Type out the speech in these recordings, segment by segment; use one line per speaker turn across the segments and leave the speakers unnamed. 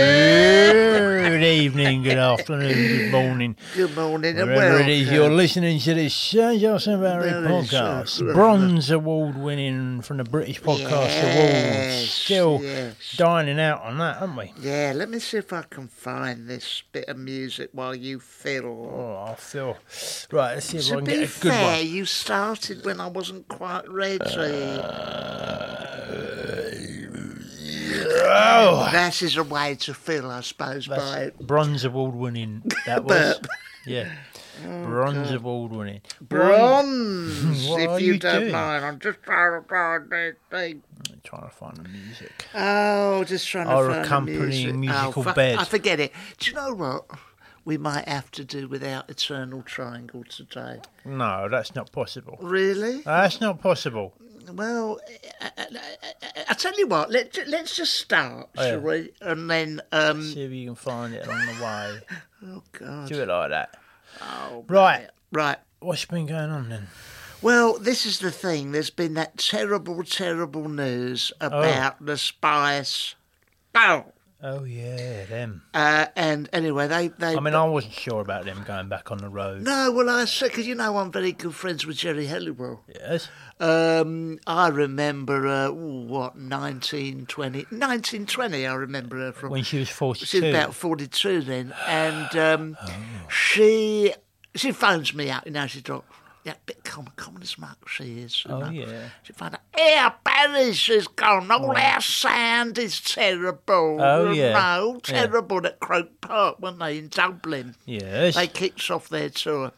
guys.
Good evening, good afternoon, good morning.
Good morning and
Wherever it is you're
welcome.
listening to the Sir Joseph Barry
Very
podcast,
sure.
bronze award winning from the British Podcast Awards.
Yes,
Still
yes.
dining out on that, aren't we?
Yeah, let me see if I can find this bit of music while you fiddle.
Oh, I feel right. Let's see if I
to
can
be
get a good
fair,
one. Uh,
you started when I wasn't quite ready.
Oh,
that is a way to feel, I suppose, by it.
bronze award winning. That was yeah, bronze award winning.
Oh, Bronze,
What
if
are
you,
you
don't
doing?
mind. I'm just trying to find this thing.
I'm trying to find the music.
Oh, just trying
Or
to find
accompanying
the music.
musical
oh, fuck,
bed.
I forget it. Do you know what? We might have to do without Eternal Triangle today.
No, that's not possible.
Really?
That's not possible.
Well, I, I, I- I tell you what. Let let's just start,
Oh,
shall we? And then, um,
See if you can find it on the way.
oh god,
Do it like that.
Oh,
right,
right.
what's been going on then?
Well, this is the thing. There's been that terrible, terrible news about the spice. Oh.
Oh yeah, them.
Uh, and anyway, they they.
I mean, I wasn't sure about them going back on the road.
no, well, I said because you know I'm very good friends with Jerry Halliwell.
Yes.
Um, I remember uh, ooh, what 1920, 1920. I remember her from.
When she was
She's
42.
about 42 then, and um,
Oh.
she she phones me up, you know, she's like, yeah, a bit common, common as muck she is. you
Oh,
know.
yeah.
She found out, yeah, Paris is gone, all our sand is terrible.
Oh,
you
yeah.
know,
Yeah.
terrible at Croke Park, weren't they, in Dublin?
Yes.
They kicked off their tour.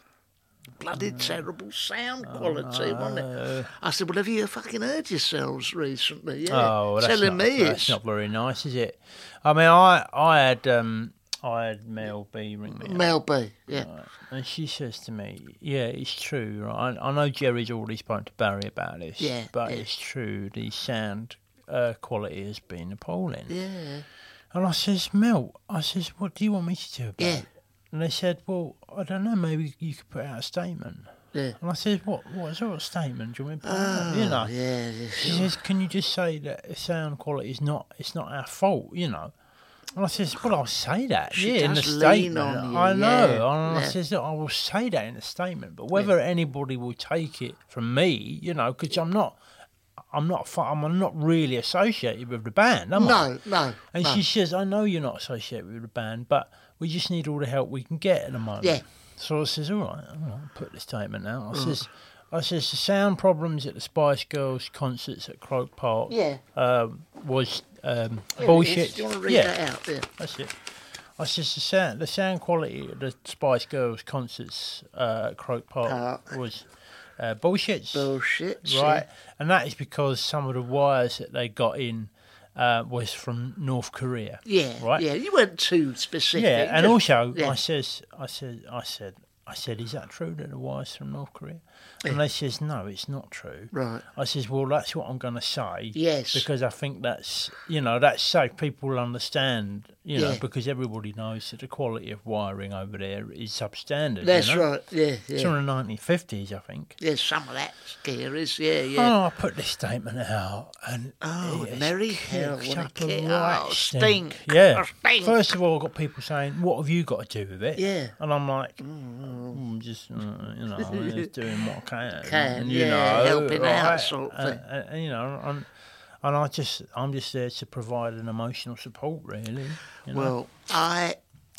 Bloody
Mm.
terrible sound
Oh,
quality, wasn't it? I said, well, have you fucking heard yourselves recently? Yeah.
oh, well, that's
Telling
not,
me
that's
it's
not very nice, is it? I mean, I I had um I had Mel B ring me up,
Mel B, yeah.
and she says to me, "Yeah, it's true. Right? I, I know Jerry's already spoken to Barry about this,
Yeah,
but
yeah.
it's true. The sound uh, quality has been appalling."
Yeah.
And I says, Mel, I says, what do you want me to do about
Yeah.
it? And they said, well, I don't know, maybe you could put out a statement.
Yeah. Ah,
And I says, what, what sort of statement do you want me to put out? You know,
Yeah, yeah.
she says, can you just say that the sound quality is not, it's not our fault, you know? And I says, well, I'll say that.
She
yeah, in the
does lean
statement.
on you,
I know.
yeah,
And I
yeah.
says, look, I will say that in the statement, but whether anybody will take it from me, you know, because I'm not, I'm not, fu- I'm not really associated with the band, am I?
No, no.
And
no.
she says, I know you're not associated with the band, but we just need all the help we can get at the moment.
Yeah. Mm.
So I says, all right, all right, put the statement out. I says, I says, the sound problems at the Spice Girls concerts at Croke Park
Yeah.
um, was um,
Here it is.
bullshit.
Do you want to read
yeah,
that out? Yeah.
that's it. I says, the sound, the sound quality at the Spice Girls concerts uh, at Croke Park
Park.
was uh, bullshit.
Bullshit. see?
Right, and that is because some of the wires that they got in uh, was from North Korea.
Yeah.
right.
Yeah. You weren't too specific.
Yeah, and
just-
also
yeah.
I says, I said, I said, I said, "Is that true that the wire's from North Korea?" And they says, "No, it's not true."
Right.
I says, "Well, that's what I'm going to say."
Yes.
Because I think that's you know that's safe. People will understand you know
Yeah.
because everybody knows that the quality of wiring over there is substandard. you
That's
know?
right. Yeah,
It's
yeah.
from the 1950s, I think.
Yeah, some of that scaries. Yeah, yeah.
Oh, I put this statement out, and
Oh,
it has
Mary Hill,
kicked
what a
up
kick.
right
Oh, stink.
Yeah.
Oh, stink.
First of all, I got people saying, "What have you got to do with it?"
Yeah.
and I'm like, "Mm, "Just uh, you know, I'm just doing what I can,
Can,
and, you
yeah,
know,
helping
right?
out sort of
and, and- and, you know, and, and I just, I'm just there to provide an emotional support, really. You know?
Well, I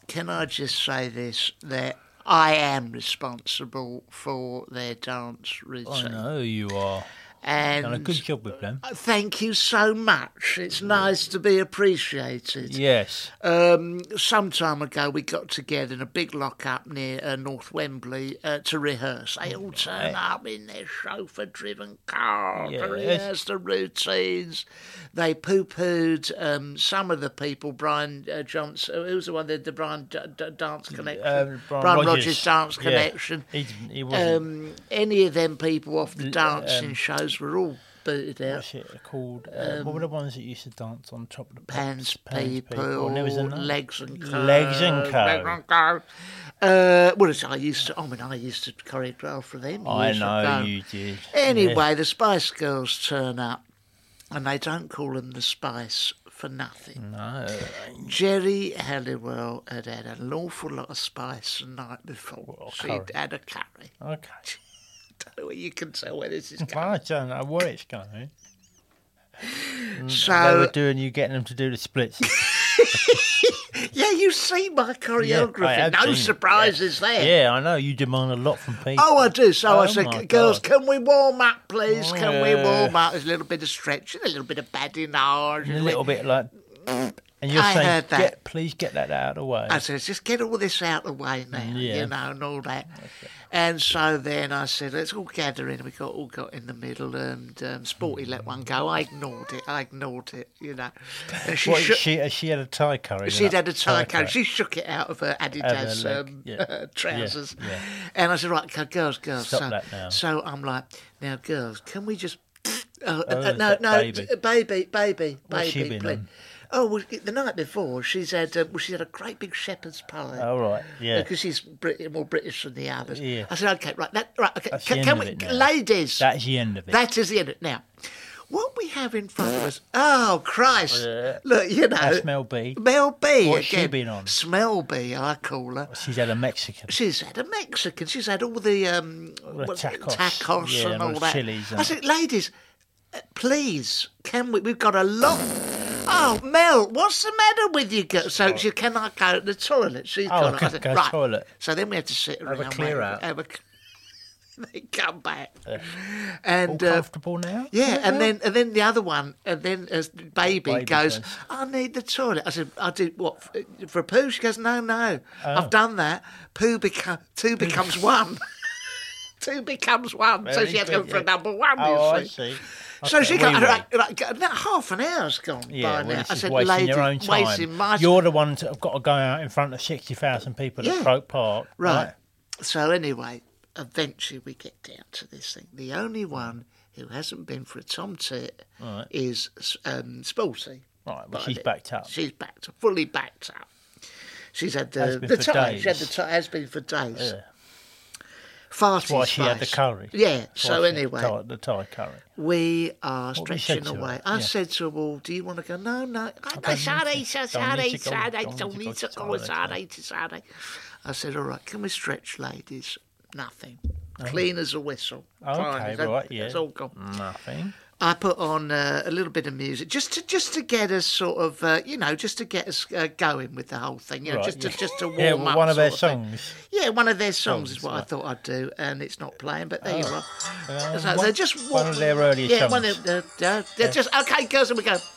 can I just say this that I am responsible for their dance
I
routine.
know you are, done a
And
good job with them.
thank you so much. It's nice to be appreciated.
Yes, uh,
Um, some time ago, we got together in a big lock-up near uh, North Wembley uh, to rehearse. They all turn up in their chauffeur-driven car
Yes.
to rehearse the routines. They poo-pooed um, some of the people. Brian uh, Johnson, who's the one that did the Brian D- D- Dance Connection?
Um, Brian
Brian
Rogers.
Rogers Dance
Yeah.
Connection.
he, he wasn't.
Um, any of them people off the
um,
dancing shows were all booted out.
What's it called? Uh, what were the ones that used to dance on top of the
Um, Pants,
pops? Pans
people,
and there was another-
legs and co.
Legs and Co.
Legs and Co. Uh, well, it's- I used to. I mean, I used to choreograph for them.
I
years
know
ago.
you did.
Anyway, the Spice Girls turn up, and they don't call them the Spice for nothing.
No.
Jerry Halliwell had had an awful lot of spice the night before.
Well,
She'd
curry.
had a curry.
Okay.
Don't know where you can tell where this is
Well,
going.
I don't know where it's going. They were
so,
doing you getting them to do the splits.
yeah, you see my choreography.
have seen
no
it, yeah.
surprises there.
yeah, I know. You demand a lot from people.
Oh, I do. So
Oh,
I said,
my
girls,
God. Oh,
can we warm up, please? Can we
Yeah.
warm up? There's a little bit of stretching, a little bit of badinage.
And a little bit like. And you're
I
saying,
heard that.
Get, please get that out of the way.
I said, just get all this out of the way now,
Mm, Yeah.
you know, and all that. And so then I said, let's all gather in. We got all got in the middle, and um, Sporty let one go. I ignored it. I ignored it, you know. And she
What,
shook-
she, has she had a tie curry. oh,
She'd had a tie
curry.
coat. She shook it out of her Adidas
leg,
um,
yeah.
trousers.
Yeah, yeah.
And I said, right, okay, girls, girls.
Stop
so,
that now.
so I'm like, now, girls, can we just. Oh, uh, uh,
is
no,
that
no,
baby?
t- baby, baby,
What's she
baby,
been
please.
on?
Oh, well, the night before, she's had um, well, she's had a great big shepherd's pie.
All Oh, right. Yeah.
Because she's Brit- more British than the others.
Yeah.
I said, okay, right, that, right, okay.
That's
Can,
the
can
end
we,
of it now.
ladies?
That's the end of it.
That is the end of it. Now, what we have in front of us, oh, Christ. Look, you know.
That's Mel B.
Mel B.
What's she
again.
been on?
Smell B, I call her.
She's had a Mexican.
She's had a Mexican. She's had all the um,
the
what-
tacos.
tacos
Yeah,
and
and
all
all the
that.
chilies
I
and-
said, ladies, uh, please, can we? We've got a lot. Oh, Mel, what's the matter with you? Girl? So she cannot go to the toilet. She's
Oh,
gone.
go-
I said,
go
right.
toilet.
So then we had to sit around.
a clear
wait,
out.
Have a, they come back.
All
And uh,
comfortable now?
yeah, and then and then the other one, and then as baby,
Baby
goes,
goes.
I need the toilet. I said, I do what f- for a poo? She goes, No, no,
Oh.
I've done that. Poo become two becomes one. two becomes one. so
Very
she had to go
good,
for
yeah.
number one.
Oh,
you
I
see.
see.
So
Okay,
she
we
got
win.
right, right, go- now half an hour's gone
Yeah, well,
by now.
this
I
is
said,
wasting
Lady,
your own time.
wasting my
You're the ones that have got to go out in front of 60,000 people
Yeah.
at Croke Park.
Right. So anyway, eventually we get down to this thing. The only one who hasn't been for a Tom Tit is um, Sporty.
Right, well,
But
she's
it-
backed up.
She's backed up, fully backed up. She's had
Has
the,
been
the
for
tie. She had the
days.
tie. Has been for days.
Yeah.
Farty
That's why she had the
spice.
curry.
Yeah.
That's
So
why she had
anyway,
the Thai- the Thai curry.
we are
we
stretching
said to her,
away. I
yeah.
said to her, well, do you want to go? No, no. I
don't
Sorry,
need to-
sir,
don't
sorry,
need to go,
sorry,
don't
don't need to go,
sorry,
sorry, sorry. I said, all right, can we stretch, ladies? Nothing. Clean as a whistle. Fine,
Oh. Okay,
that-
right, yeah.
It's all gone.
Nothing.
I put on uh, a little bit of music just to just to get us sort of uh, you know just to get us uh, going with the whole thing you know
Right,
just to
yeah.
just to warm
Yeah,
up
well, one of their
sort thing.
songs.
Yeah, one of their songs is
Songs,
what I
right.
thought I'd do, and it's not playing. But there you are.
Uh,
so
one-
they're just
one of their earlier
yeah, One of their, they're, they're just okay, girls, and we go.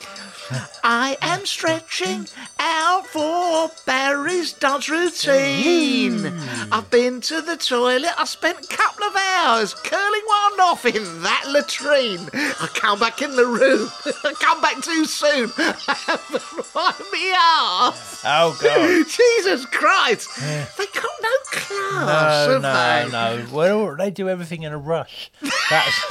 I am stretching out for Barry's dance routine.
Mm.
I've been to the toilet. I spent a couple of hours curling one off in that latrine. I come back in the room. I come back too soon. I haven't wiped me arse.
Oh, God.
Jesus Christ! They got no rush,
no,
have
no,
they?
no. Well, they do everything in a rush. That's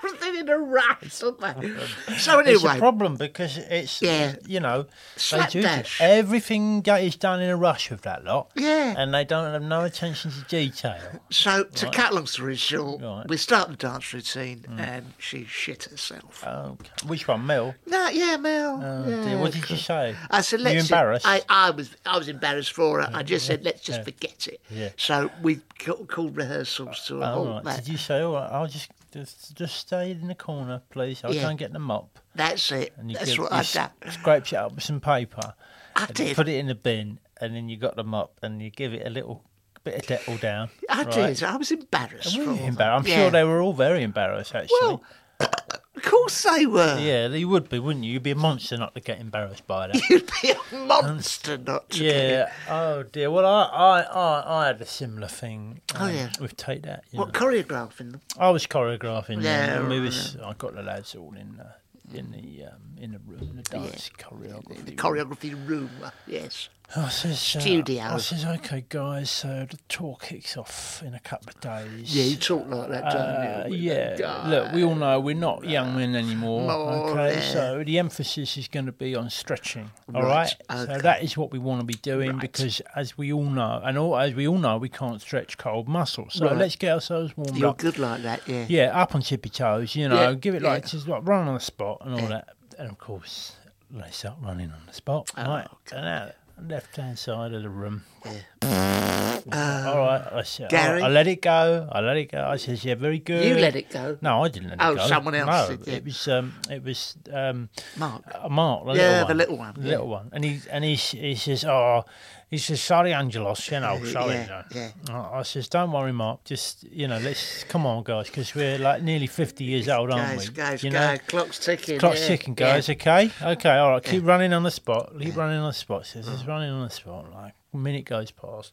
Everything in a rush, haven't they? So
it's a
anyway,
problem because it's
Yeah.
you know they do
Slapdash.
everything go- is done in a rush with that lot.
Yeah.
and they don't have no attention to detail.
so to cut long story short,
Right. Mm.
we start the dance routine and she shit herself.
Okay. Oh, Which one, Mel?
No, yeah, Mel.
Uh, Oh,
yeah.
dear. What did you say?
I said,
you
let's.
embarrassed?
I, I was, I was embarrassed for her. I just said, let's just forget it.
Yeah.
So we ca- called rehearsals to a
All
halt.
Oh, right.
that.
Did you say, all right, I'll just, just just stay in the corner, please. I'll
Yeah.
go and get the mop.
That's it.
And you
That's
give-
what
you
I
s-
done.
Scrapes it up with some paper.
I
and
did.
Put it in the bin, and then you got the mop, and you give it a little bit of dettol down.
I
right?
did. I was embarrassed.
Really
for them.
embar- I'm
Yeah.
sure they were all very embarrassed, actually.
Well, Of course they were.
yeah, they would be, wouldn't you? You'd be a monster not to get embarrassed by that.
You'd be a monster not to get it.
yeah. Oh dear. Well, I, I, I, I had a similar thing. um,
Oh, yeah.
With take that. You
What
know.
choreographing them?
I was choreographing.
Yeah,
Yeah, and we was, I got the lads all in uh, in the um, in the room, the dance choreography.
The
room.
choreography room. Uh, Yes.
I says, uh,
studio.
I says, okay, guys. So the tour kicks off in a couple of days.
Yeah, you talk like that,
Uh,
don't you?
yeah, look, we all know we're not young men anymore.
More,
okay,
yeah.
so the emphasis is going to be on stretching. All
Right,
right,
okay.
so that is what we want to be doing because, as we all know, and all, as we all know, we can't stretch cold muscles. So
Right.
let's get ourselves warmed
You're
up.
good like that, yeah.
Yeah, up on tippy toes, you know,
Yeah,
give it like
yeah.
just like run on the spot and all that. And of course, they start running on the spot,
Oh,
right? And out left hand side of the room. all right, I said, all right,
Gary?
I let it go. I let it go. I says, yeah, very good.
You let it go.
No, I didn't let
Oh,
it go.
someone else
No,
did, yeah.
it was um, it was um,
Mark.
uh, Mark, the
Yeah,
little
the
one.
little one,
The
yeah.
little one. And he and he, s- he says, Oh he says, Sorry Angelos, you know, sorry.
yeah,
you know.
yeah.
I I says, Don't worry, Mark, just you know, let's come on guys, because we're like nearly fifty years old, aren't
Guys,
we?
guys,
you
guys. Clock's ticking.
Clock's
yeah.
ticking,
Yeah.
guys. Okay, okay, all right. Keep running on the spot. Keep running on the spot. Says it's
Mm.
running on the spot. Like a minute goes past.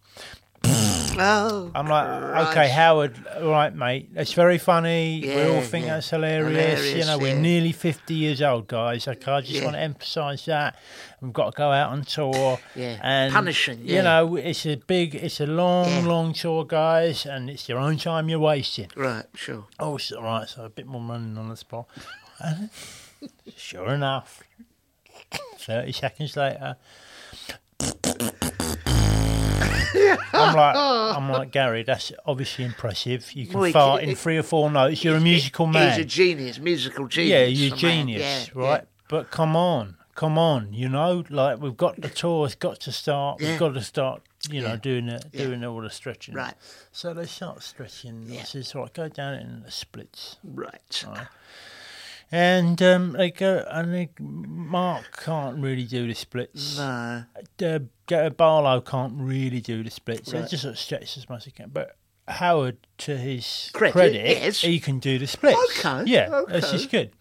Oh.
I'm like, okay, Howard, all right, mate. It's very funny. we
Yeah,
all think
yeah.
that's hilarious. you
Hilarious,
know, we're
yeah.
nearly 50 years old, guys. Okay, I just
Yeah.
want to emphasise that we've got to go out on tour.
Yeah.
and
Punishing, yeah.
You know, it's a big, it's a long,
Yeah.
long tour, guys, and it's your own time you're wasting.
Right, sure.
Oh, so, right, so a bit more running on the spot. And sure enough, 30 seconds later, I'm like, I'm like Gary. That's obviously impressive. You can
Well, he-
fart
he-
in three or four notes. You're a musical man.
He's a genius, musical genius.
yeah, you're
the man.
genius,
Yeah,
right? But come on, come on. You know, like we've got the tour's got to start.
Yeah.
We've got to start. You know,
Yeah.
doing the, doing all the stretching.
Right.
So they start stretching.
Yeah.
I says, right, go down in the splits.
yeah. Right.
And um, they go, and they, Mark can't really do the splits.
No.
Uh, G- Barlow can't really do the splits. So he just sort of stretches as much as he can. But Howard, to his
Credit,
credit,
yes.
he can do the splits.
Okay,
Yeah,
okay.
this is good.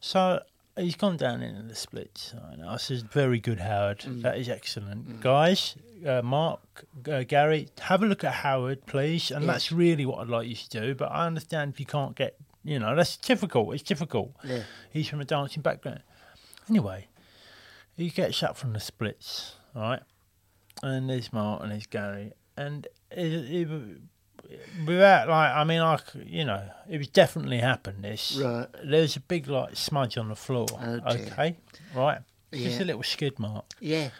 So he's gone down into the splits. And I says, very good, Howard.
Mm.
That is excellent. Guys, uh, Mark, uh, Gary, have a look at Howard, please. And that's really what I'd like you to do. But I understand if you can't get, you know, that's difficult. It's difficult.
Yeah.
He's from a dancing background. Anyway, he gets up from the splits, right? And there's Mark and there's Gary, and it, it, without like, I mean, I c- you know, it was definitely happened. This
Right.
There's a big like smudge on the floor.
Oh, dear.
okay, right. Just
Yeah.
a little skid mark.
Yeah.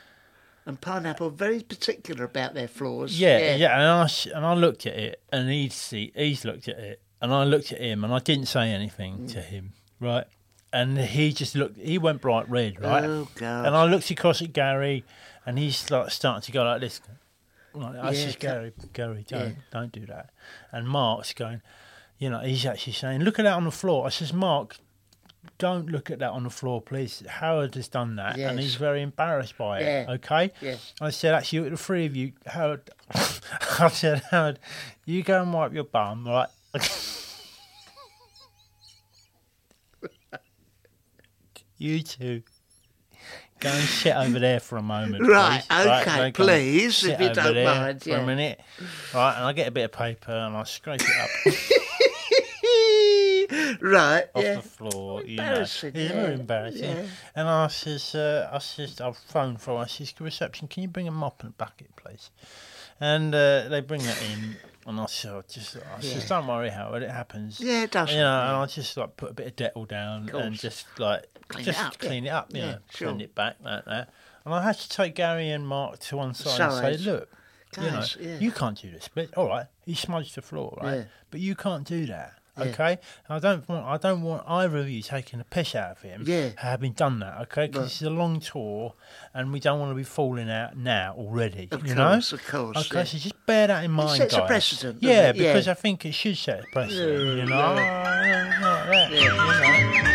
And Pineapple are very particular about their floors.
Yeah, yeah. and I s- and I looked at it, and he'd see, he's looked at it, and I looked at him, and I didn't say anything
Mm.
to him, right? And he just looked. He went bright red, right?
Oh, God.
And I looked across at Gary, and he's like starting to go like this. Like, I
Yeah,
says,
ca-
Gary, Gary, don't,
Yeah.
don't do that. And Mark's going, you know, he's actually saying, look at that on the floor. I says, Mark, don't look at that on the floor, please. Howard has done that, and
Yes.
he's very embarrassed by it.
Yeah.
Okay.
Yeah.
I said, actually, the three of you, Howard. I said, Howard, you go and wipe your bum, right? you two. Go and sit over there for a moment.
Right,
please.
okay,
they go and
please,
sit
if you
over
don't
there
mind,
For
yeah.
a minute. Right, and I get a bit of paper and I scrape it up
right.
off
yeah.
the floor. You know. It's
Embarrassing, yeah.
very embarrassing.
Yeah.
And I says, uh, I says, I've phoned for. I says, reception. Can you bring a mop and a bucket, please? and uh, they bring that in. And I said, "Oh, just, I said, don't worry, Howard, it happens.
Yeah, it does.
You know, and I just like put a bit of dettol down and just like
Clean it
just
up, yeah.
clean it up, you
Yeah,
know,
sure.
send it back like that. And I had to take Gary and Mark to one side and say,
Sides.
look,
Guys,
you know,
yeah.
you can't do this. But all right, he smudged the floor, right?
Yeah.
But you can't do that. Okay, I don't want I don't want either of you taking the piss out of him.
Yeah.
having done that, okay, because
Right.
this is a long tour, and we don't want to be falling out now already.
Of
you
course,
know?
of course,
Okay,
yeah.
so just bear that in mind.
sets a
guys.
precedent, doesn't
Yeah,
it? Yeah.
because I think it should set a precedent.
Yeah,
You know, Oh, Like that,
Yeah.
you know?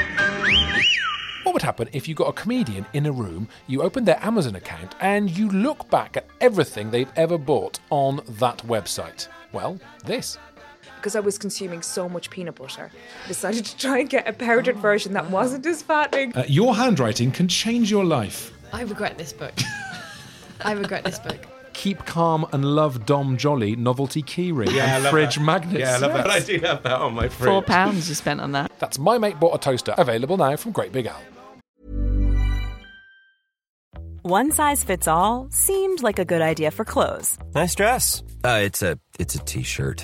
What would happen if you got a comedian in a room, you open their Amazon account, and you look back at everything they've ever bought on that website? Well, this.
because I was consuming so much peanut butter, I decided to try and get a powdered version that wasn't as fattening.
Uh, your handwriting can change your life.
I regret this book. I regret this book.
Keep Calm and Love Dom Jolly novelty keyring and fridge magnets.
Yeah, I love that. I do have that on my fridge.
Four pounds you spent on that.
That's My Mate Bought a Toaster, available now from Great Big Al.
One size fits all seemed like a good idea for clothes
Nice dress. Uh, it's a it's a t-shirt.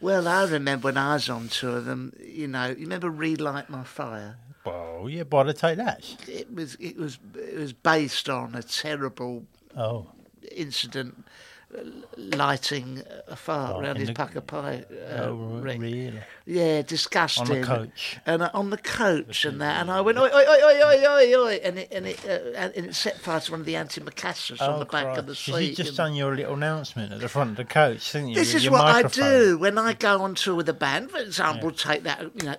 Well, I remember when I was on tour, them, you know, you remember Relight My Fire?
Well, yeah, but I take that.
It was, it was, it was based on a terrible
Oh,
incident uh, lighting a fire
Oh,
around
in
his
the-
pucker pie uh,
oh
ring.
really?
Yeah, disgusting.
coach.
And uh, on the coach and that. And I went, oi, oi, oi, oi, oi, oi. And it, and it, uh, and and it set fire to one of the antimacassars on the back of the
Oh, Christ. You
seat.
just
and-
done your little announcement at the front of the coach, didn't you?
this
with
is
your
what
microphone.
I do when I go on tour with a band. For example, take that, you know.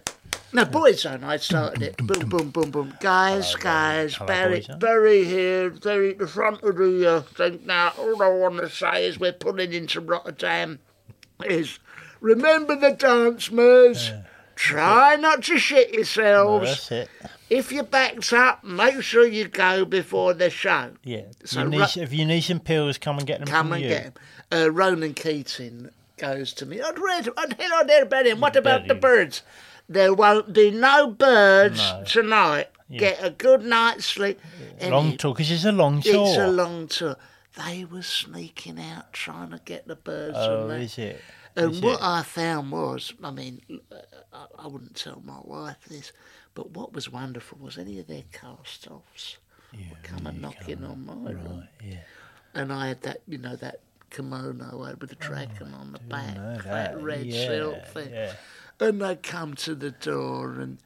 No, Boyzone, I started it. Boom, boom, boom, boom. Guys, guys,
Hello,
bury,
Boyzone.
bury here, bury at the front of the uh, thing. Now, all I want to say is we're pulling into Rotterdam is remember the dance moves. Try not to shit
Well,
yourselves.
Oh, that's it.
If your back's up, make sure you go before the show.
Yeah.
So
you need,
Ro-
if you need some pills, come and get them
Come
from
and
you.
get him. Uh, Ronan Keating goes to me. I'd read, I'd hello there, Benny. What about the
Benny.
birds? There won't be no birds
No.
tonight. Get a good night's sleep. And
Long
it-
tour, 'cause it's a long tour.
It's a long tour. They were sneaking out trying to get the birds.
Oh,
and that.
is it?
And
Is
what
it?
I found was, I mean, uh, I, I wouldn't tell my wife this, but what was wonderful was any of their cast offs were coming knocking on my room. And I had that, you know, that kimono I had with the dragon on the back,
Oh, know
that,
that.
red
Yeah,
silk thing.
yeah.
And they come to the door and,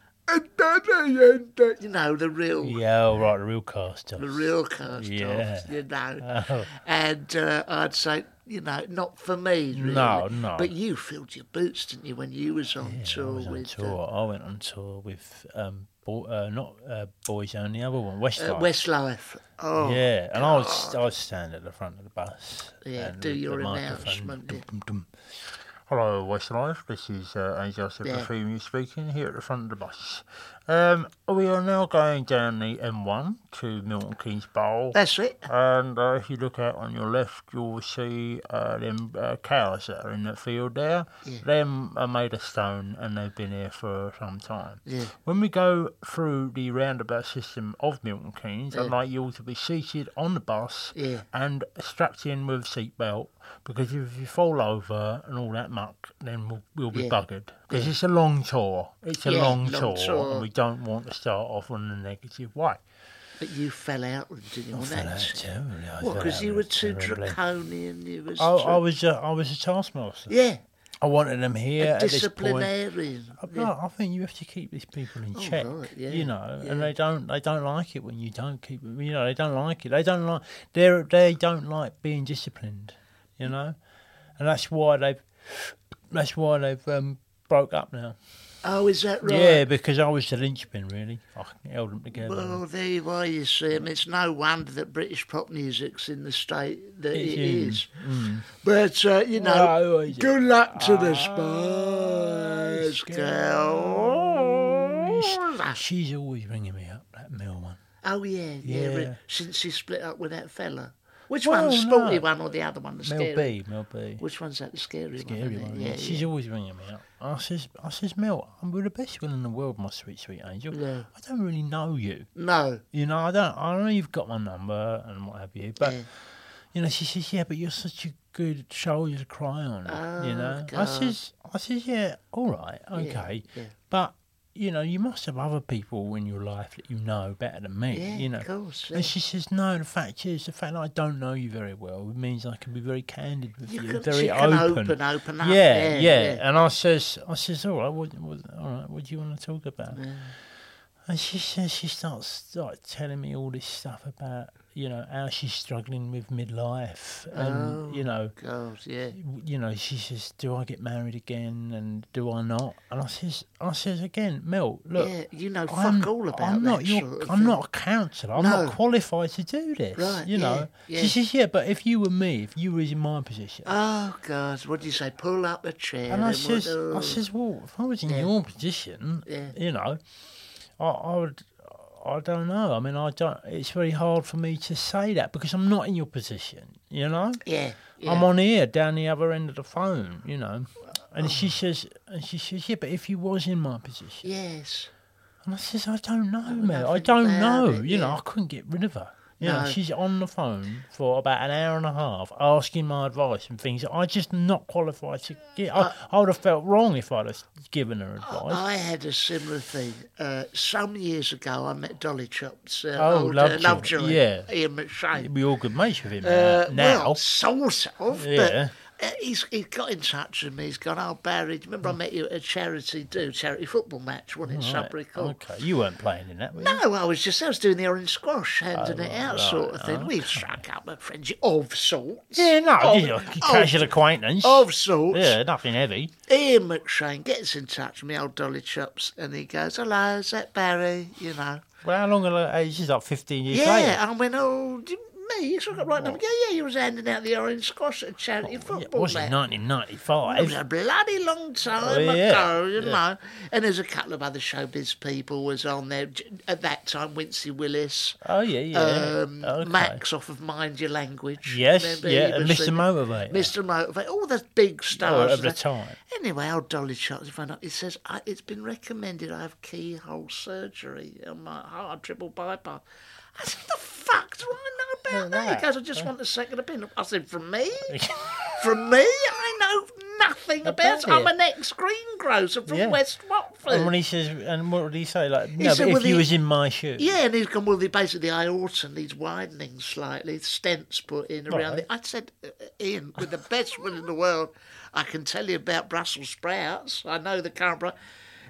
you know, the real
Yeah, all right, the real cast off.
the real cast
Yeah. Oh.
off, you know. And uh, I'd say, you know, not for me, really.
No, no.
But you filled your boots, didn't you, when you was on tour
I was on
with uh,
tour. I went on tour with um, bo- uh, not uh, boys only, the other one, Westlife.
uh, Westlife? Oh,
yeah, and I was I was standing at the front of the bus.
Yeah,
and
do
with the
your
microphone,
announcement,
dum,
yeah.
dum, dum. Hello, Westlife. This is uh, Angel
Yeah.
Superfumi speaking here at the front of the bus. Um, we are now going down the M1 to Milton Keynes Bowl.
That's it.
And uh, if you look out on your left, you'll see uh, them uh, cows that are in that field there.
Yeah.
Them are made of stone and they've been here for some time.
Yeah.
When we go through the roundabout system of Milton Keynes, I'd
Yeah.
like you all to be seated on the bus
Yeah.
and strapped in with a seatbelt because if you fall over and all that muck, then we'll, we'll be
Yeah.
buggered. Because
Yeah.
it's a long tour. It's a
Yeah,
long,
long
tour,
tour.
and we don't want to start off on a negative way.
But you fell out, didn't you?
I
on
fell
that?
out too, yeah, I
What?
fell
Because
out
you were
with
too
terribly.
draconian. You was.
I, I
too-
was, a, I was a taskmaster.
Yeah.
I wanted them here
a
at this point.
disciplinarian.
I've got- I think you have to keep these people in
Oh,
check.
right, yeah,
You know,
yeah.
and they don't they don't like it when you don't keep. them- You know, they don't like it. They don't like they they don't like being disciplined. You know, and that's why they that's why they've um, broke up now.
Oh, is that right?
Yeah, because I was the linchpin really. I held them together.
Well, there you are, you see. I mean, it's no wonder that British pop music's in the state that
It's
it
in. Mm.
is. But, uh, you know,
Oh, yeah.
good luck to the Spice Girls.
She's always ringing me up that mill one.
Oh, yeah, yeah.
Yeah.
re- Since she split up with that fella. Which
Well,
one? The sporty
no.
one or the other one? The
Mel
scary
B, Mel B.
Which one's that? The scary,
Scary
one. isn't
one.
it? Yeah,
She's
yeah.
always ringing me up. I says, I says, Mel, I'm with the best will in the world, my sweet, sweet angel.
Yeah.
I don't really know you.
No.
You know, I don't. I know you've got my number and what have you, but
Yeah.
you know, she says, yeah, but you're such a good shoulder to cry on. you
Oh,
know, I
God.
says, I says, yeah, all right, okay,
yeah.
but you know, you must have other people in your life that you know better than me.
Yeah,
you know,
of course. yeah.
and she says, "No, the fact is, the fact that I don't know you very well means I can be very candid with
You
you,
can-
very
she can
open,
open- open up,
Yeah,
yeah,
yeah,
yeah.
And I says, "I says, all right, what, what, all right, what do you want to talk about?" And she says, she starts like telling me all this stuff about you know how she's struggling with midlife,
Oh.
and you know,
God, yeah.
you know, she says, "Do I get married again? And do I not?" And I says, "I says again, Mel, look,
Yeah, you know fuck
I'm,
all about
I'm not
that
your,
sort of
I'm
thing.
not a counsellor. I'm
No.
not qualified to do this.
Right,
you
yeah,
know."
yeah.
She says, "Yeah, but if you were me, if you were in my position."
Oh, God. What do you say? Pull up a chair.
and I
then what-
says, I
oh.
says, well, if I was in your position,
Yeah.
you know, I, I would, I don't know. I mean, I don't. It's very hard for me to say that because I'm not in your position. You know.
Yeah, yeah.
I'm on here down the other end of the phone, you know. And
Oh.
she says, and she says, yeah, but if you was in my position,
Yes.
and I says, I don't know, mate. I
nothing
don't
about
know.
it,
you know,
eh? yeah.
I couldn't get rid of her. You know,
No.
she's on the phone for about an hour and a half asking my advice and things that I just not qualified to get.
Uh.
I, I would have felt wrong if I'd have given her advice.
I had a similar thing. Uh, some years ago, I met Dolly Chops. Uh,
Oh,
old,
Lovejoy,
Uh, Lovejoy.
yeah.
Ian McShane.
we all good mates with him
Uh,
uh, now.
Well, sort of.
Yeah.
But uh, he's, he got in touch with me. He's gone, oh, Barry, do you remember I met you at a charity do, charity football match, wasn't
Mm.
it?
Right,
Sudbury Court.
Okay, you weren't playing in that, were you?
No, I was just, I was doing the orange squash, handing it out
Oh,
sort of thing. We've struck up a friendship of sorts.
Yeah, no,
Of-
just a casual acquaintance.
Of, of sorts.
Yeah, nothing heavy.
Ian McShane gets in touch with me, old Dolly Chops, and he goes, hello, is that Barry? You know.
Well, how long ago? uh, This is like 15 years
yeah,
later.
and I went, oh, do you- me? You sort of got right number. Yeah, yeah, you was handing out the orange squash at charity
Oh, Yeah,
football
was it
match. It was a
1995?
bloody long time
Oh, yeah,
ago, you
yeah.
know. And there's a couple of other showbiz people was on there J- at that time. Wincy Willis,
Oh, yeah, yeah.
um,
okay.
Max off of Mind Your Language.
Yes,
remember?
yeah,
He
and
was
Mr.
the-
Motivator.
Mr. Motivator, all the big stars.
of the
and that.
time.
Anyway, old Dolly Shots found out. He says, I, It's been recommended I have keyhole surgery on my heart, triple bypass. I said, The fuck do I know about that? He goes, I just want a second opinion. I said, From me? from me? I know nothing about,
About
it. I'm
it.
an ex greengrocer from
Yeah.
West Watford.
And when he says, and what did he say? Like, no,
said,
but
well,
if you
the-
was in my shoes.
Yeah, and he's gone, well, the, basically the aorta needs widening slightly, stents put in around
Right.
it. I said, uh, Ian, with the best will in the world, I can tell you about Brussels sprouts. I know the current... Bru-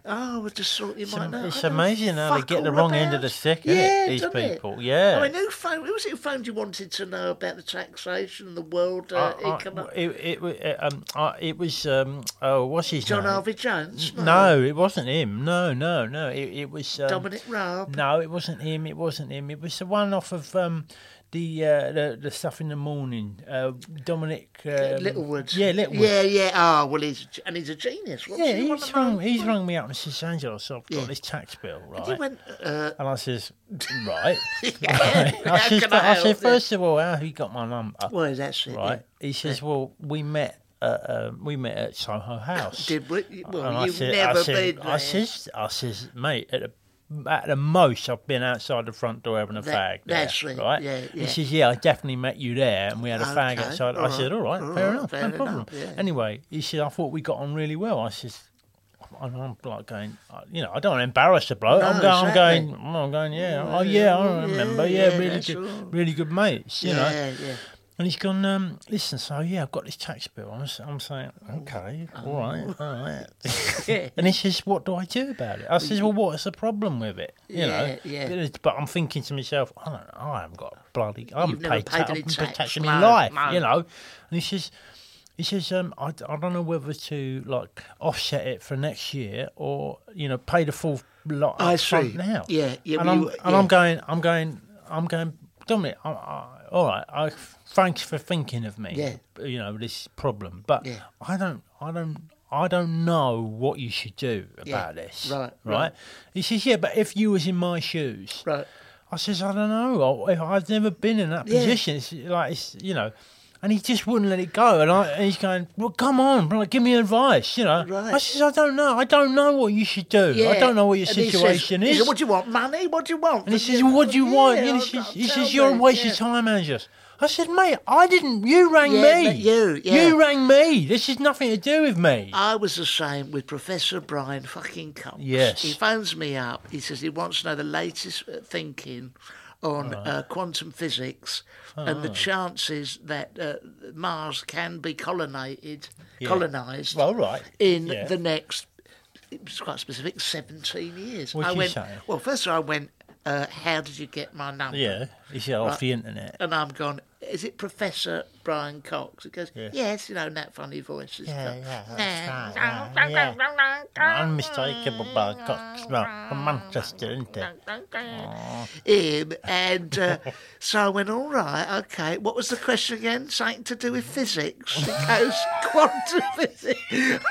oh, I just thought you might
am-
know.
it's
I know
amazing how they
fuck
get the
all
wrong end of
about-
the stick, innit,
yeah,
these
don't it?
people, yeah.
I mean, who phoned, who was it who phoned you wanted to know about the taxation and the world uh,
I- I-
economy?
it, it, wa- uh, um, I- it was, um, oh, what's his
John
name?
Harvey Jones?
No, it wasn't him. No, no, no. It, it was. Um,
Dominic Raab?
No, it wasn't him. It wasn't him. It was the one off of um, the uh, the, the stuff in the morning. Uh, Dominic um,
Littlewood.
Yeah, Littlewood.
Yeah, yeah. Ah, well, he's and he's a genius. What's
Yeah,
he want
he's
about?
rung, he's rung me up and says, Angela, so I've got this tax bill, right?
And he went, uh,
and I says, right.
Yeah,
right. Oh, I,
how
says,
can
"But-"
I
I said,
help you?"
first of all, how have you got my number?
Well, that's it, yeah.
Right. He says, well, we met. Uh, um, we met at Soho House.
Did we? Well,
And Oh, I
you've
said-
never
I said,
been
I
there.
says, I says, mate, at the, at the most, I've been outside the front door having a
That-
fag. There,
that's right,
Right.
yeah,
He
yeah.
says, yeah, I definitely met you there, and we had a fag
Okay,
outside.
all
I said,
right,
all right,
all
fair
right,
enough,
fair
no problem.
enough, yeah.
Anyway, he said, I thought we got on really well. I says. And I'm like going, uh, you know, I don't want to embarrass the bloke.
No,
I'm going, I'm
exactly.
going, I'm going, yeah,
Yeah,
oh yeah,
yeah,
I remember,
yeah,
yeah,
yeah,
really
that's
good,
all.
really good mates, you know.
Yeah, yeah.
And he's gone, um, listen, so yeah, I've got this tax bill. I'm, s- I'm saying, okay, all right, all right. and he says, what do I do about it? I says, well, what's the problem with it? You know,
Yeah, yeah.
But it's- But I'm thinking to myself, I don't know, I haven't got a bloody, I haven't
You've never
paid,
paid
tax, I
any
haven't
tax,
paid tax in
no,
my life,
no.
you know. And he says, he says, um, I, I don't know whether to like offset it for next year or you know pay the full lot
I
up front
see.
now.
Yeah, yeah,
And
but
I'm
you-
and
yeah.
I'm going, I'm going, I'm going. Dominic, I, I, all right. I thanks for thinking of me.
Yeah.
You know this problem, but
Yeah.
I don't, I don't. I don't know what you should do about
Yeah,
this.
right,
right.
right.
He says, "Yeah, but if you was in my shoes,
Right.
I says, I don't know. I, I've never been in that
Yeah.
position. It's like it's you know, and he just wouldn't let it go. And, I, and he's going, well, come on, like, give me advice. You know,
Right.
I says, I don't know. I don't know what you should do. I don't know what your
And he says-
situation
he
is.
said, what do you want? Money? What do you want?
and he says, well, what do you
Yeah,
want? And
I'll-
he says,
I'll
he
tell
says you're a
you,
waste
yeah.
of time, Angus. I said, mate, I didn't. You rang
Yeah,
me.
but you, yeah.
You rang me. This has nothing to do with me.
I was the same with Professor Brian fucking Cox.
Yes.
He phones me up. He says he wants to know the latest uh, thinking on uh, quantum physics and the chances that uh, Mars can be colonized, colonized
Well, right.
in
Yeah.
the next, it was quite specific, 17 years.
What'd
I
you
went,
say?
well, first of all, I went, uh, how did you get my number?
Yeah. He said off
Right.
the internet.
And I'm gone, is it Professor Brian Cox? He goes,
Yeah.
yes, you know, in that funny voice. He's
Yeah,
gone,
yeah,
"Nah,
that's right, yeah, yeah. Unmistakable by Cox smell from Manchester, isn't it?
him. And uh, so I went, all right, okay. What was the question again? Something to do with physics. He goes, quantum physics.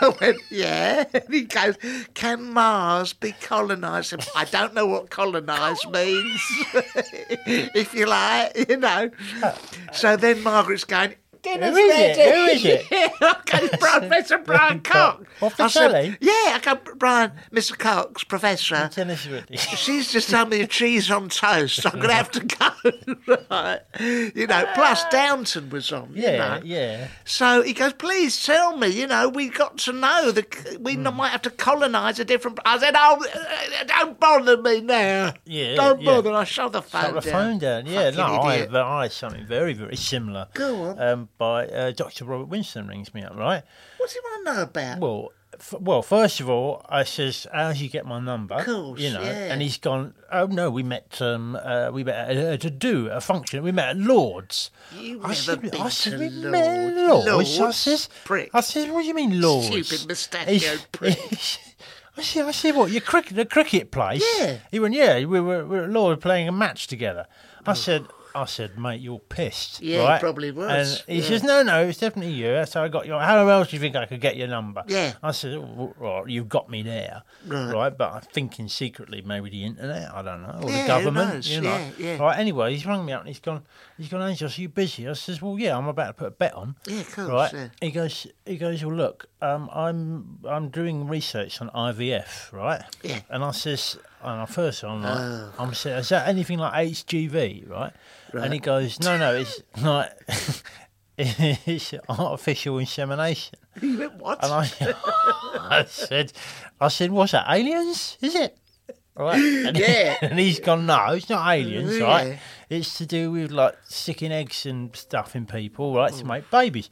I went, yeah. And he goes, can Mars be colonised? And I don't know what colonised means, if you like, you know. So then Margaret's going, dinner's
Who is
ready.
it? Who is it?
Yeah, okay, it's Professor Brian Cox.
Off the
I said,
telly?
Yeah, I go, Brian, Mr. Cox, Professor.
Tell us what it is.
She's just told me cheese on toast. I'm going to have to go. right. You know, plus Downton was on. you
Ah. Yeah,
know.
yeah.
So he goes, please tell me, you know, we got to know that
Hmm.
we n- might have to colonise a different. I said, oh, uh, don't bother me now.
Yeah,
Don't
yeah.
bother. I shove the
Shut
phone
the
down.
phone down. Yeah,
Fucking
no, I
idiot.
have, uh, I have something very, very similar.
Go on.
Um, by uh, Dr. Robert Winston rings me up, right?
What do you want to know about?
Well, f- well, first of all, I says, "How'd you get my number?" Of
course,
you know.
yeah.
And he's gone, "Oh no, we met. Um, uh, we met at, uh, to do a function. We met at Lords."
You've
I
never
said,
been
I said,
to
"We met at
Lords.
Lords." I
Lords,
says,
prick.
"I says, what do you mean Lords?
Stupid mustachioed
He's-
prick.
I see. I see. What your cricket, the cricket place?
Yeah.
He went. Yeah, we were, we were at Lord playing a match together. I said. I said, mate, you're pissed.
Yeah, he
right?
probably was,
And he
yeah.
says, no, no, it's definitely you. So I got your. How else do you think I could get your number?
Yeah.
I said, "Oh, w- right, you've got me there,
Right.
But I'm thinking secretly, maybe the internet. I don't know, or
Yeah, who
the government.
knows?
You know.
Yeah, yeah.
Right. Anyway, he's rung me up and he's gone. He's gone. Angels, are you busy? I says, well, yeah, I'm about to put a bet on.
Yeah, of course,
Right.
yeah.
He goes. He goes. Well, look, um, I'm I'm doing research on IVF, right?
Yeah. Oh.
And I says, and I first I'm like, I'm saying, is that anything like HGV, right? And he goes, no, no, it's not. it's artificial insemination.
He went, what?
And I, I said, I said, what's that? Aliens? Is it? Right. And, he-
Yeah.
and he's gone, no, it's not aliens,
Yeah.
right? It's to do with like sticking eggs and stuff in people, right, to make babies.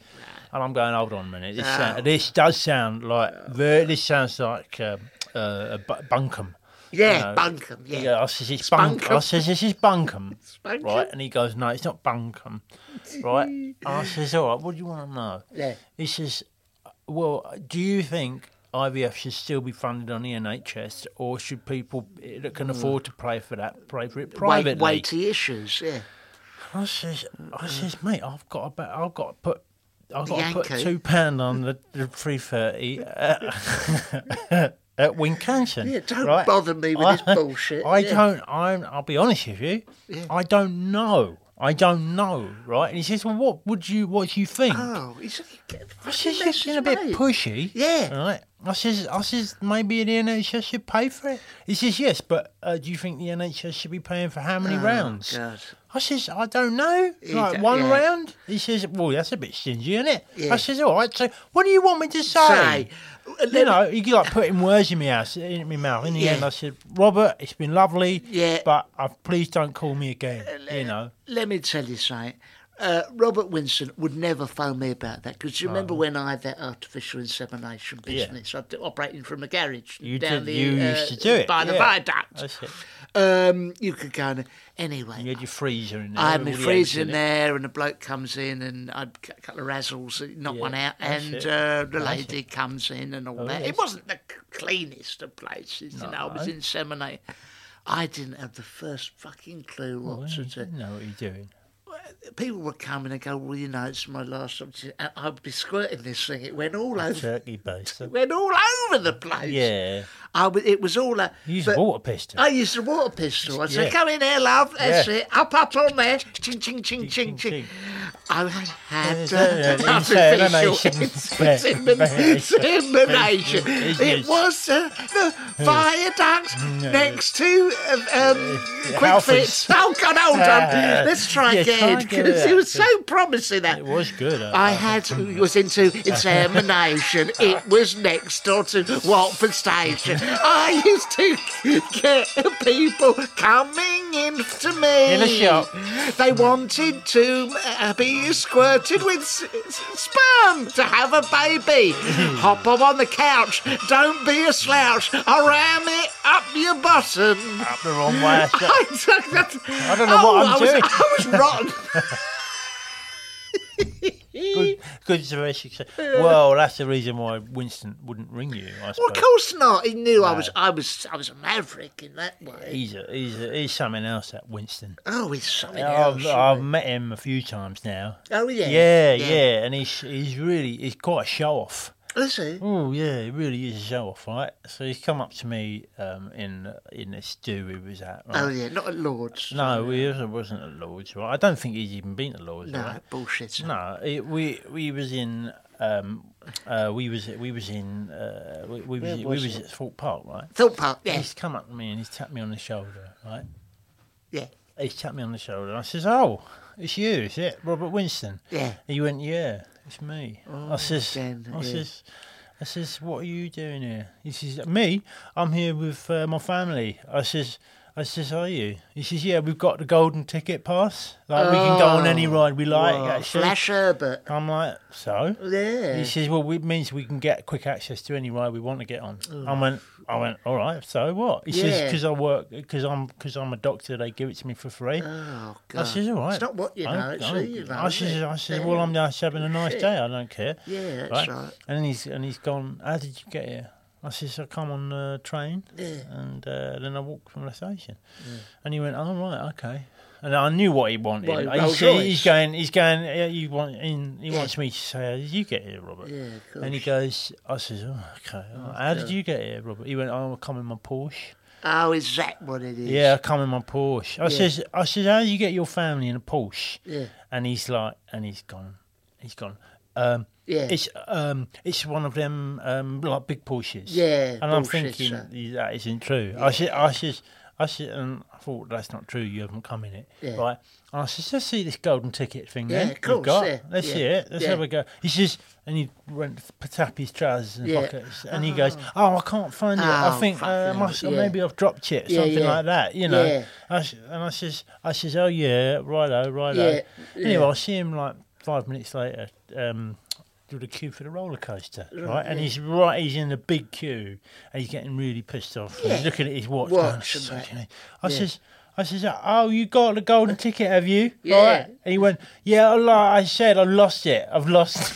And I'm going, hold on a minute. This,
Ah.
sound, this does sound like ver- this sounds like um, uh, a bu- bunkum.
yeah,
know,
bunkum. Yeah.
Yeah, I says it's bunk. I
Spunkum.
says oh, this is bunkum,
Spunkum.
right? And he goes, no, it's not bunkum, right? And I says, all right, what do you want to know?
Yeah.
He says, well, do you think IVF should still be funded on the NHS, or should people that can afford to pay for that pay for it
Mm. Wait,
privately?
weighty issues. Yeah.
I says,
Mm.
I says, mate, I've got about, I've got to put. I've got to put
Yankee.
two pound on the, the three thirty at, at Wincanton.
Yeah, don't
right?
bother me with this bullshit.
I
Yeah.
don't. I'm. I'll be honest with you. I don't know. I don't know. Right? And he says, well, what would you? What do you think?
Oh, he's,
I says, you're being a bit
mate.
pushy.
Yeah.
Right. I says, I says, maybe the NHS should pay for it. He says, yes, but uh, do you think the NHS should be paying for how many
Oh,
rounds?
God.
I says, I don't know.
He
like
d-
one
yeah.
round? He says, well, that's a bit stingy, isn't it?
Yeah.
I says, all right, so what do you want me to say?
Say.
You know, you like putting words in my house, in my mouth. In the
Yeah.
end, I said, Robert, it's been lovely,
Yeah. Uh,
but uh, please don't call me again. You know,
Let me tell you something. Uh, Robert Winston would never phone me about that because you remember when I had that artificial insemination
Yeah.
business I d- operating from a garage
you did,
down the
you
uh,
used to do it
by the
yeah.
viaduct.
That's it.
Um, you could go and anyway.
You had your freezer in there.
I had my
with all the eggs
freezer
in
in
it.
there, and a bloke comes in, and I'd cut a couple of razzles, uh, knock
Yeah,
one out,
that's
and
it.
uh, the
That's
lady comes in and all
Oh,
that.
yes.
It wasn't the c- cleanest of places, you know. I was
No.
inseminated. I didn't have the first fucking clue what
Well,
to
you
do.
didn't know what you're doing.
People would come in and go, "Well, you know, it's my last opportunity." And I'd be squirting this thing. It went all over.
Turkey based.
It went all over the place.
Yeah.
I w- it was all. A,
You use
but-
a water pistol.
I used a water pistol. I said,
Yeah.
"Come in here, love. That's
Yeah.
it. Up, up on there. Ching, ching, ching,
ching,
ching, ching."
ching.
I
Yeah,
had
yeah,
an
yeah, insane, isn't it?
artificial
Insemination.
insemination.
Yes. Mm,
It was uh, the viaduct next to uh, um, Quick
Alfred's.
Fits. Oh God, hold
Ah.
on. Let's try
Yeah, try
again
and get
because
it
it was
out.
so promising. That
It was good.
I had was into examination. it was next door to Watford Station. I used to get people coming in to me
In a shop.
They wanted to uh, be squirted with s- s- sperm to have a baby. Hop up on the couch. Don't be a slouch. I ram it up your bottom.
up the wrong way.
I, took that.
I don't know what
Oh,
I'm
I was,
doing.
I was rotten.
good, good observation. Well, that's the reason why Winston wouldn't ring you. I suppose.
Well, of course not. He knew I was. I was. I was a maverick in that way.
He's a, he's a, he's something else. That Winston.
Oh, he's something else.
I've, I've met him a few times now.
Oh yeah.
Yeah, yeah, and he's he's really he's quite a show off.
Is he?
Oh yeah, he really is a show off, right? So he's come up to me um, in in this do he was at. Right?
Oh yeah. Not at Lords.
No, he wasn't, wasn't at Lords, right? I don't think he's even been at Lords,
No
right?
bullshit.
No, it, we we was in um, uh, we was we was in uh, we, we was, we
was
was
it?
at Thorpe Park, right?
Thought Park. Yeah.
He's come up to me and he's tapped me on the shoulder, right?
Yeah.
He's tapped me on the shoulder. and I says, "Oh, it's you, is it, Robert Winston?"
Yeah.
He went, "Yeah, it's me." I says,
then,
"I
yeah.
says." I says, "What are you doing here?" He says, "Me, I'm here with uh, my family." I says, "I says, are you?" He says, "Yeah, we've got the golden ticket pass. Like we can go on any ride we like."
Wow,
Actually,
Oh, Flash Herbert.
I'm like, so?
Yeah.
He says, well, it means we can get quick access to any ride we want to get on. I went, I went, all right. So what? He says,
Yeah.
because I work, because I'm, because I'm a doctor, they give it to me for free.
Oh God.
I says, all right.
It's not what you
I-
know. It's
I- Oh,
who you know.
I
is
says,
it?
I says,
Yeah.
well, I'm just having a nice day. I don't care.
Yeah, that's right.
And then he's and he's gone. How did you get here? I says, I come on the train, and uh, then I walked from the station. And he went, oh, right, okay. And I knew what he wanted.
What,
he
Rolls
said,
Royce?
he's going, he's going. "Yeah, You want in? He wants me to say, how did you get here, Robert?
Yeah, of course.
And he goes, I says, oh, okay. how did you get here, Robert? He went, oh, I come in my Porsche.
Oh, is that what it is?
Yeah, I come in my Porsche. I says, I says, how do you get your family in a Porsche?
Yeah.
And he's like, and he's gone, he's gone. Um,
Yeah.
It's um, it's one of them um, like big Porsches.
Yeah,
And I'm
bullshit,
thinking
sir.
"Yeah, that isn't true. I said, I says, I said, and I thought that's not true. You haven't come in it,
Yeah.
right? And I says, let's see this golden ticket thing.
Yeah,
then.
of
we've
course,
got.
yeah,
Let's
yeah,
see it. Let's
yeah.
have a go. He says, and he went to tap his trousers and
Yeah. Ah.
pockets, and he goes, oh, I can't find it. I
Oh,
think uh,
fucking
must,
hell, yeah.
maybe I've dropped it,
Yeah,
something
yeah.
like that, you know.
Yeah.
I s and I says, I says, oh yeah, righto, righto.
Yeah,
Anyway,
yeah.
I see him like five minutes later, um, do the queue for the roller coaster, right? And he's right, he's in the big queue, and he's getting really pissed off. and He's looking at his watch. going,
Watch and
"Such
that.
an-" I says. I says, oh, you got the golden ticket, have you?
Yeah.
Right. And he went, yeah, like I said, I've lost it. I've lost.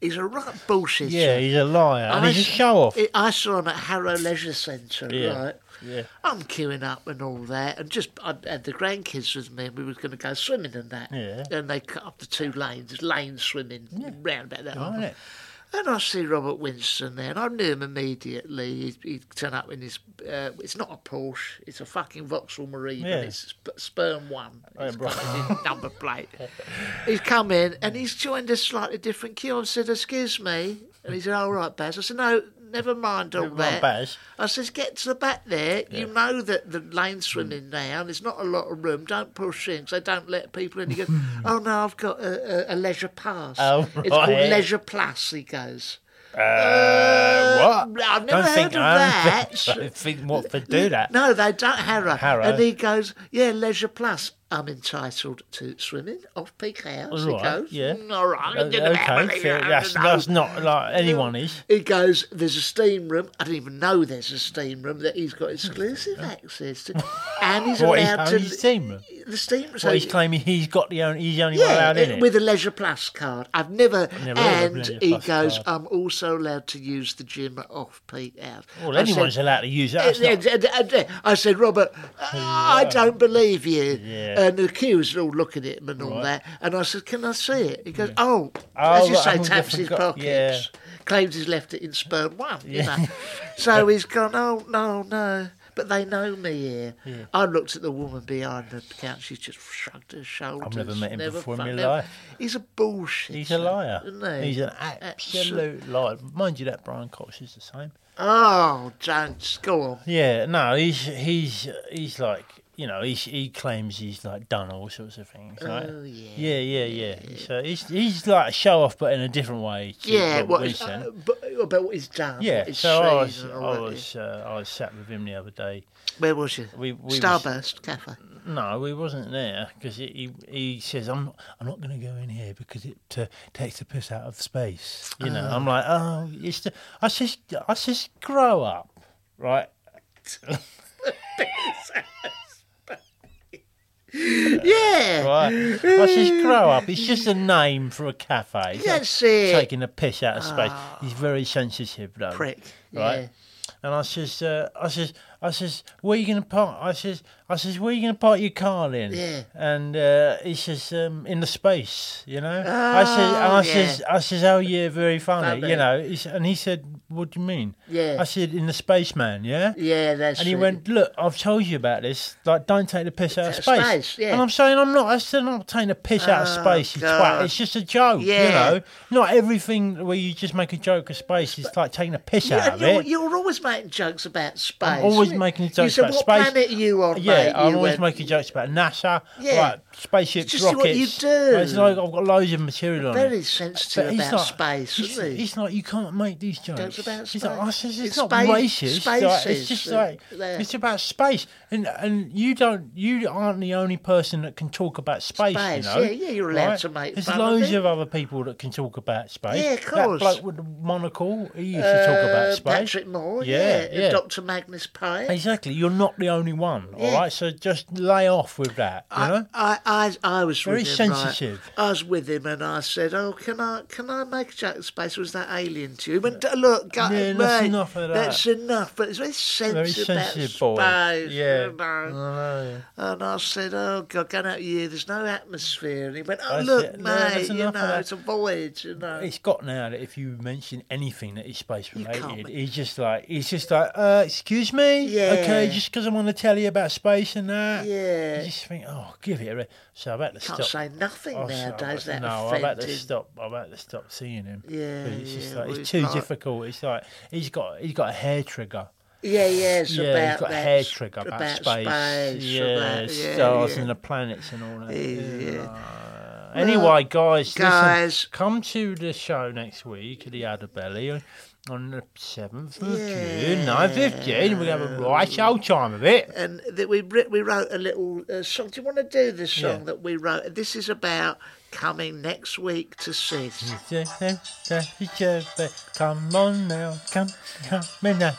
He's a right bullshit.
yeah, he's a liar. And he's a
s-
show off.
I saw him at Harrow Leisure Centre,
Yeah.
right?
Yeah.
I'm queuing up and all that, and just I had the grandkids with me, and we were going to go swimming and that.
Yeah.
And they cut up the two lanes, lane swimming, round about that.
Right.
And I see Robert Winston there, and I knew him immediately. He, he turned up in his. Uh, it's not a Porsche, it's a fucking Vauxhall Marine,
Yeah.
and it's sp- Sperm One.
Oh,
It's
yeah,
got
right.
his number plate. he's come in, and he's joined a slightly different queue. I said, Excuse me. And he said, All right, Baz. I said, No, never mind all
Never mind,
that.
Baz.
I says, Get to the back there. You know that the lane's swimming now, and there's not a lot of room. Don't push in, 'cause they don't let people in. He goes, Oh, no, I've got a, a, a leisure pass.
Oh,
It's called
right.
Leisure Plus, he goes.
Uh, what?
I've never
don't
heard
think,
of
I
that.
don't think- I don't think Watford do that.
No, they don't, Harrow.
Harrow.
And he goes, yeah, Leisure Plus. I'm entitled to swimming off peak hours.
Right,
he goes,
yeah.
"Mm, all right.
Uh, okay, fair. That's, that's not like anyone is.
He goes, there's a steam room. I didn't even know there's a steam room that he's got exclusive access to. And he's
What, his
allowed to.
own steam room?
The steam room.
well, he's claiming he's got the only, he's the only one
Yeah,
allowed in it.
with a Leisure Plus card. I've never.
never heard of
and
Leisure
he
Plus
goes,
card.
I'm also allowed to use the gym at off peak hours.
well,
I
anyone's
said,
allowed to use that.
"Eh,
It's not-
eh, eh, eh," I said, Robert, I don't believe you.
Yeah.
And the queues are all looking at him and all that. And I said, Can I see it? He goes, Oh,
Oh,
as you
right,
say,
oh,
taps
I
his
forgot,
pockets.
yeah.
Claims he's left it in sperm one,
Yeah.
you know. so he's gone, Oh, no, no. But they know me here.
Yeah.
I looked at the woman behind the counter. She just shrugged her shoulders.
I've never met him before in my
fucking-
life.
He's a bullshit.
He's a liar.
Isn't he?
He's an absolute liar. Mind you, that Brian Cox is the same.
Oh, don't go on.
Yeah, no, he's he's he's like you know he's, he claims he's like done all sorts of things. Right?
Oh, yeah.
yeah, yeah, yeah. So he's he's like a show off, but in a different way. to
Yeah,
Robert
what is,
Wilson.
uh, but, about what he's done.
yeah.
what he's
So I
seen
was
and all
I
that.
was uh, I was sat with him the other day.
Where was you?
We, we was-
Starburst Cafe.
No, we wasn't there because he, he he says I'm not, I'm not going to go in here because it uh, takes the piss out of space. You know, I'm like, oh, it's the, I says I says grow up, right?
Yeah.
Right. I says grow up. It's just a name for a cafe. It's not
That's it.
Taking the piss out of space. He's very sensitive though.
Prick.
Right.
Yeah.
And I says, uh, I says, I says, where you going to park? I says, I says, where you going to park your car in?
Yeah.
And uh, he says, um, in the space, you know. I says, and I
yeah.
says, I says, oh yeah, very funny,
Funny.
you know. He said, and he said, what do you mean?
Yeah.
I said, in the spaceman, yeah.
Yeah, that's
And he
it.
went, look, I've told you about this. Like, don't take the piss out of
Out
space.
of space, yeah.
And I'm saying, I'm not. I said, I'm not taking the piss out of
Oh,
space, you
God.
twat. It's just a joke,
Yeah.
you know. Not everything where you just make a joke of space is like taking a piss
You-
out of
you're,
it.
you're always making jokes about space.
I'm always
isn't it?
making
you
jokes
said,
about
what
space.
planet are you on,
Yeah,
mate?
I'm
You
always
went,
making jokes about NASA,
Yeah.
right, spaceships,
Just what
rockets.
you do.
It's like I've got loads of material on
Very
it.
sensitive
But he's
about
like-
space,
he's,
isn't he?
He's like, you can't make these jokes.
Jokes about
He's like,
space.
I says, it's,
It's
not
space-
racist. like, it's
spaces,
just
uh,
like
there.
it's about space, and and you don't, you aren't the only person that can talk about space.
Space,
you know?
yeah, yeah, you're allowed to make
There's
fun of
loads
it.
of other people that can talk about space.
Yeah, of course.
That bloke with the monocle, he used to talk about
uh,
space.
Patrick Moore,
Yeah,
yeah.
yeah.
Dr. Magnus Pye.
Exactly. You're not the only one. All
Yeah.
right. So just lay off with that. You know.
I, I, I, I was
Very
with him, right.
sensitive.
I was with him and I said, "Oh, can I can I make a joke of space? Was that alien to you?" He went, "Look, go,
Yeah, that's
mate,
enough of that."
That's enough." But it's very sensitive,
sensitive boy.
about space.
Yeah.
you know. And I said, "Oh God, going out here, there's no atmosphere." And he went, "Oh,
That's
look,
it. No, that's
mate, you
enough of
know,
that."
it's a void, you know."
It's got now that if you mention anything that is space
You can't
related,
make-
he's just like he's just like, uh, excuse me, okay,
Yeah.
just because I want to tell you about space and that.
Yeah.
You just think, oh, give it a. re-" So I've had to
Can't
stop.
say nothing
Oh, so I've
nowadays.
had-
That
no, I've had
offended.
to stop. I've had to stop seeing him. 'Cause
Yeah,
it's just
yeah,
like
well,
it's
it's
too
like-
difficult. It's like he's got he's got a hair trigger.
Yeah, yeah, it's
yeah,
about
he's got a
that,
hair trigger about, space.
space,
yeah,
about- yeah,
stars
yeah.
and the planets and all that.
Yeah.
Anyway, guys, listen,
guys.
come to the show next week at the Adderbelly on the 7th of June,
Yeah.
9th of June. We're going to have a right old time of it.
and that we writ- we wrote a little uh, song. Do you want to do this song
Yeah.
that we wrote? This is about coming next week to Sis.
Come on now, come, come in now.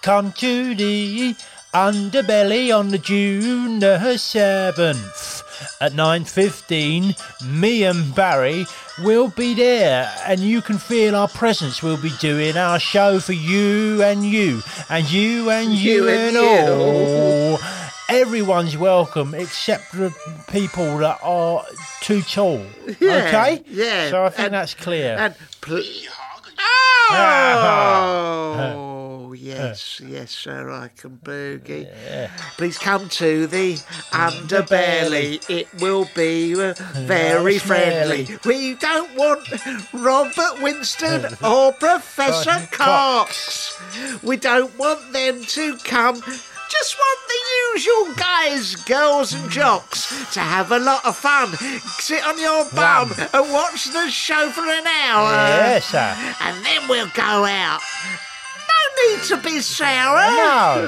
Come to the underbelly on the June the 7th. at 9.15, me and Barry will be there and you can feel our presence. We'll be doing our show for you and you and you and you,
You
and,
and
all. Everyone's welcome except the people that are too tall.
Yeah,
okay?
yeah,
So I think
and-
that's clear.
And pl-
Ah.
oh, yes, yes, sir, I can boogie. Please come to the underbelly. It will be uh, very
smelly.
friendly. We don't want Robert Winston or Professor Cox. We don't want them to come. Just want the usual guys, girls, and jocks to have a lot of fun. Sit on your bum and watch the show for an hour.
Yes, sir.
And then we'll go out. No need to be sour.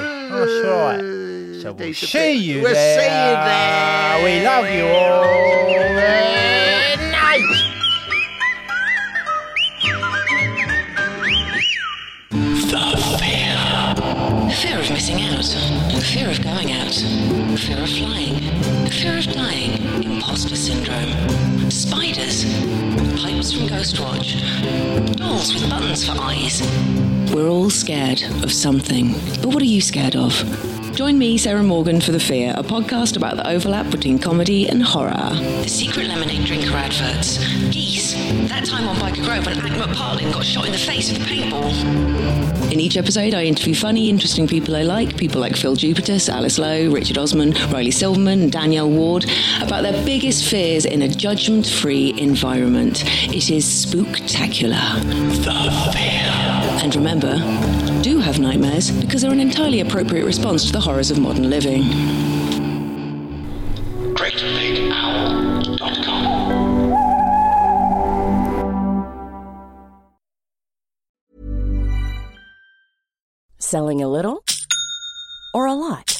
No, that's right. So we'll see you
We'll
there.
see you there.
We love you all.
Good night.
The fear. Fear of missing out. Fear of going out. Fear of flying. Fear of dying. Imposter syndrome. Spiders. Pipes from Ghostwatch. Dolls with buttons for eyes. We're all scared of something. But what are you scared of? Join me, Sarah Morgan, for The Fear, a podcast about the overlap between comedy and horror. The secret lemonade drinker adverts. Geese. That time on Biker Grove when Agma Parlin got shot in the face with a paintball. In each episode, I interview funny, interesting people I like, people like Phil Jupitus, Alice Lowe, Richard Osman, Riley Silverman, and Danielle Ward, about their biggest fears in a judgment free environment. It is spooktacular. The fear. And remember, do have nightmares because they're an entirely appropriate response to the horrors of modern living.
Selling a little or a lot?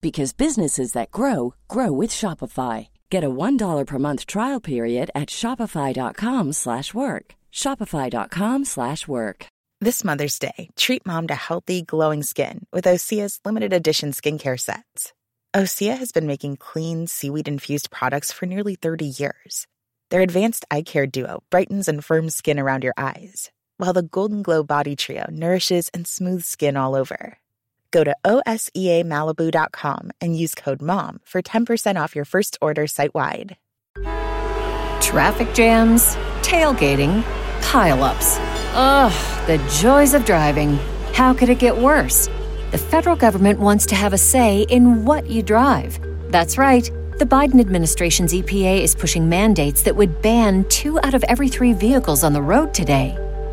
because businesses that grow grow with Shopify. Get a $1 per month trial period at shopify.com/work. slash work. shopify.com/work. slash work.
This Mother's Day, treat mom to healthy, glowing skin with Osea's limited edition skincare sets. Osea has been making clean, seaweed infused products for nearly 30 years. Their advanced eye care duo brightens and firms skin around your eyes, while the Golden Glow Body Trio nourishes and smooths skin all over. Go to E OSEAMalibu.com and use code MOM for 10% off your first order site wide.
Traffic jams, tailgating, pileups. Ugh, the joys of driving. How could it get worse? The federal government wants to have a say in what you drive. That's right. The Biden administration's EPA is pushing mandates that would ban two out of every three vehicles on the road today.